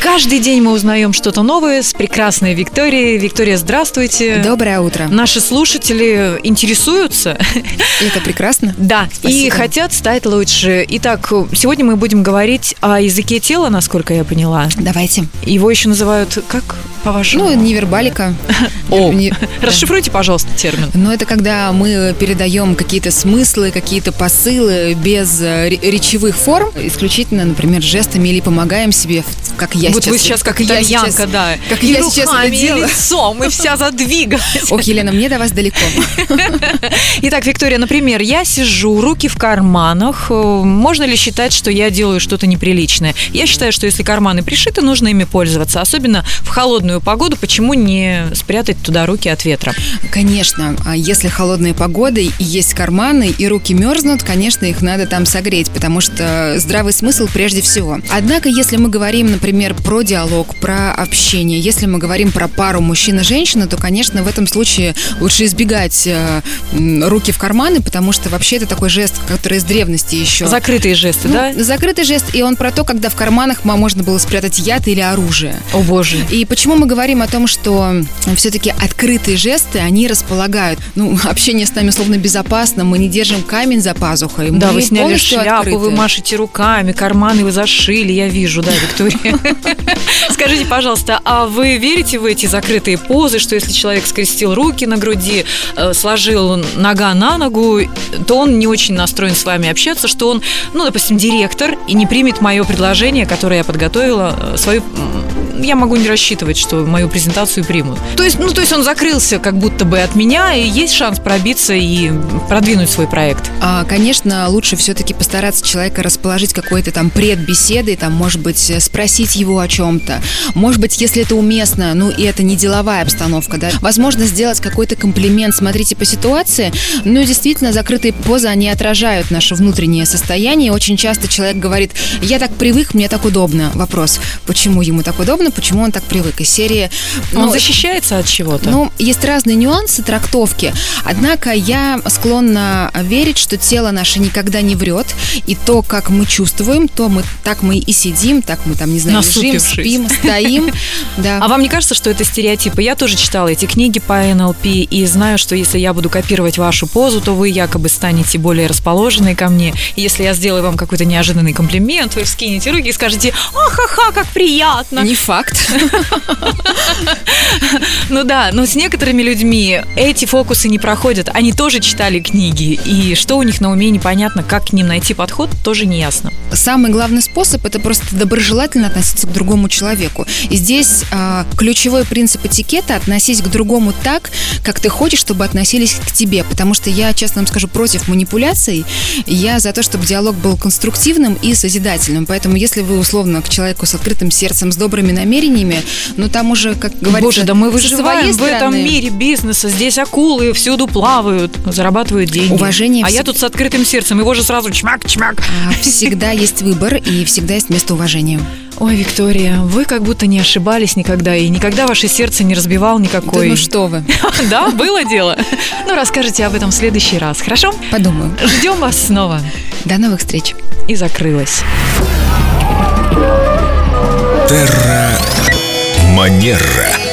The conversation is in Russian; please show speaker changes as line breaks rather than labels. Каждый день мы узнаем что-то новое с прекрасной Викторией. Виктория, здравствуйте.
Доброе утро.
Наши слушатели интересуются,
И Это прекрасно.
да, и
Спасибо.
хотят стать лучше. Итак, сегодня мы будем говорить о языке тела, насколько я поняла.
Давайте.
Его еще называют как по-вашему?
Ну, невербалика.
О.
Не- не-
Расшифруйте, пожалуйста, термин.
Но это когда мы передаем какие-то смыслы, какие-то посылы без э, ре- речевых форм, исключительно, например, жестами или помогаем себе, в- как я
вот
сейчас.
вы сейчас как
я
я, Янка,
сейчас-
да.
как
и
я сейчас
руками,
это
и
делаю.
лицом, и вся задвигалась.
Ох, Елена, мне до вас далеко.
Итак, Виктория, например, я сижу, руки в карманах. Э, Можно ли считать, что я делаю что-то неприличное? Я считаю, что если карманы пришиты, нужно ими пользоваться. Особенно в холодную погоду. Почему не спрятать туда руки от ветра?
Конечно, а если холодные погоды и есть карманы, и руки мерзнут, конечно, их надо там согреть, потому что здравый смысл прежде всего. Однако, если мы говорим, например, про диалог, про общение, если мы говорим про пару мужчин и женщина, то, конечно, в этом случае лучше избегать э, м, руки в карманы, потому что вообще это такой жест, который из древности еще.
Закрытые жесты,
Ну,
да?
Закрытый жест, и он про то, когда в карманах м- можно было спрятать яд или оружие.
О боже.
И почему мы говорим о том, что все-таки открытые жесты, они располагают. Ну, общение с нами словно безопасно, мы не держим камень за пазухой.
Да,
мы
вы сняли
полностью
шляпу, вы
открыты.
машете руками, карманы вы зашили, я вижу, да, Виктория. Скажите, пожалуйста, а вы верите в эти закрытые позы, что если человек скрестил руки на груди, э, сложил нога на ногу, то он не очень настроен с вами общаться, что он, ну, допустим, директор и не примет мое предложение, которое я подготовила, э, свою м, я могу не рассчитывать, что мою презентацию примут. То есть, ну, то есть он закрылся как будто бы от меня, и есть шанс пробиться и продвинуть свой проект.
А, Конечно, лучше все-таки постараться человека расположить какой-то там предбеседой, там, может быть, э, спросить его о чем-то. Может быть, если это уместно, ну и это не деловая обстановка, да. Возможно, сделать какой-то комплимент, смотрите по ситуации. Ну и действительно, закрытые позы, они отражают наше внутреннее состояние. Очень часто человек говорит, я так привык, мне так удобно. Вопрос, почему ему так удобно, почему он так привык? Из серии...
Он
ну,
защищается от чего-то?
Ну, есть разные нюансы трактовки. Однако я склонна верить, что тело наше никогда не врет. И то, как мы чувствуем, то мы так мы и сидим, так мы там, не знаю, лежим,
Насупившись.
спим, стоим.
а
Да.
вам не кажется, что это стереотипы? Я тоже читала эти книги по НЛП и знаю, что если я буду копировать вашу позу, то вы якобы станете более расположенной ко мне. И если я сделаю вам какой-то неожиданный комплимент, вы вскинете руки и скажете «Ахаха, как приятно!»
Не факт.
Ну да, но с некоторыми людьми эти фокусы не проходят. Они тоже читали книги, и что у них на уме непонятно, как к ним найти подход, тоже не ясно.
Самый главный способ это просто доброжелательно относиться к другому человеку. И здесь а, ключевой принцип этикета относись к другому так, как ты хочешь, чтобы относились к тебе. Потому что я, честно вам скажу, против манипуляций. Я за то, чтобы диалог был конструктивным и созидательным. Поэтому, если вы условно к человеку с открытым сердцем, с добрыми намерениями, ну там уже, как говорится,
Боже, да мы
со своей
выживаем в этом
стороны-
мире бизнеса. Здесь акулы всюду плавают, зарабатывают деньги.
Уважение
А
всегда-
я тут с открытым сердцем, его же сразу чмак-чмак.
А, Всегда есть выбор и всегда есть место уважения.
Ой, Виктория, вы как будто не ошибались никогда, и никогда ваше сердце не разбивал
Да
никакой.
ну что вы,
Да, было дело. Ну, расскажите об этом в следующий раз, хорошо?
подумаю.
Ждем вас снова.
До новых встреч.
И закрылась.
Манера.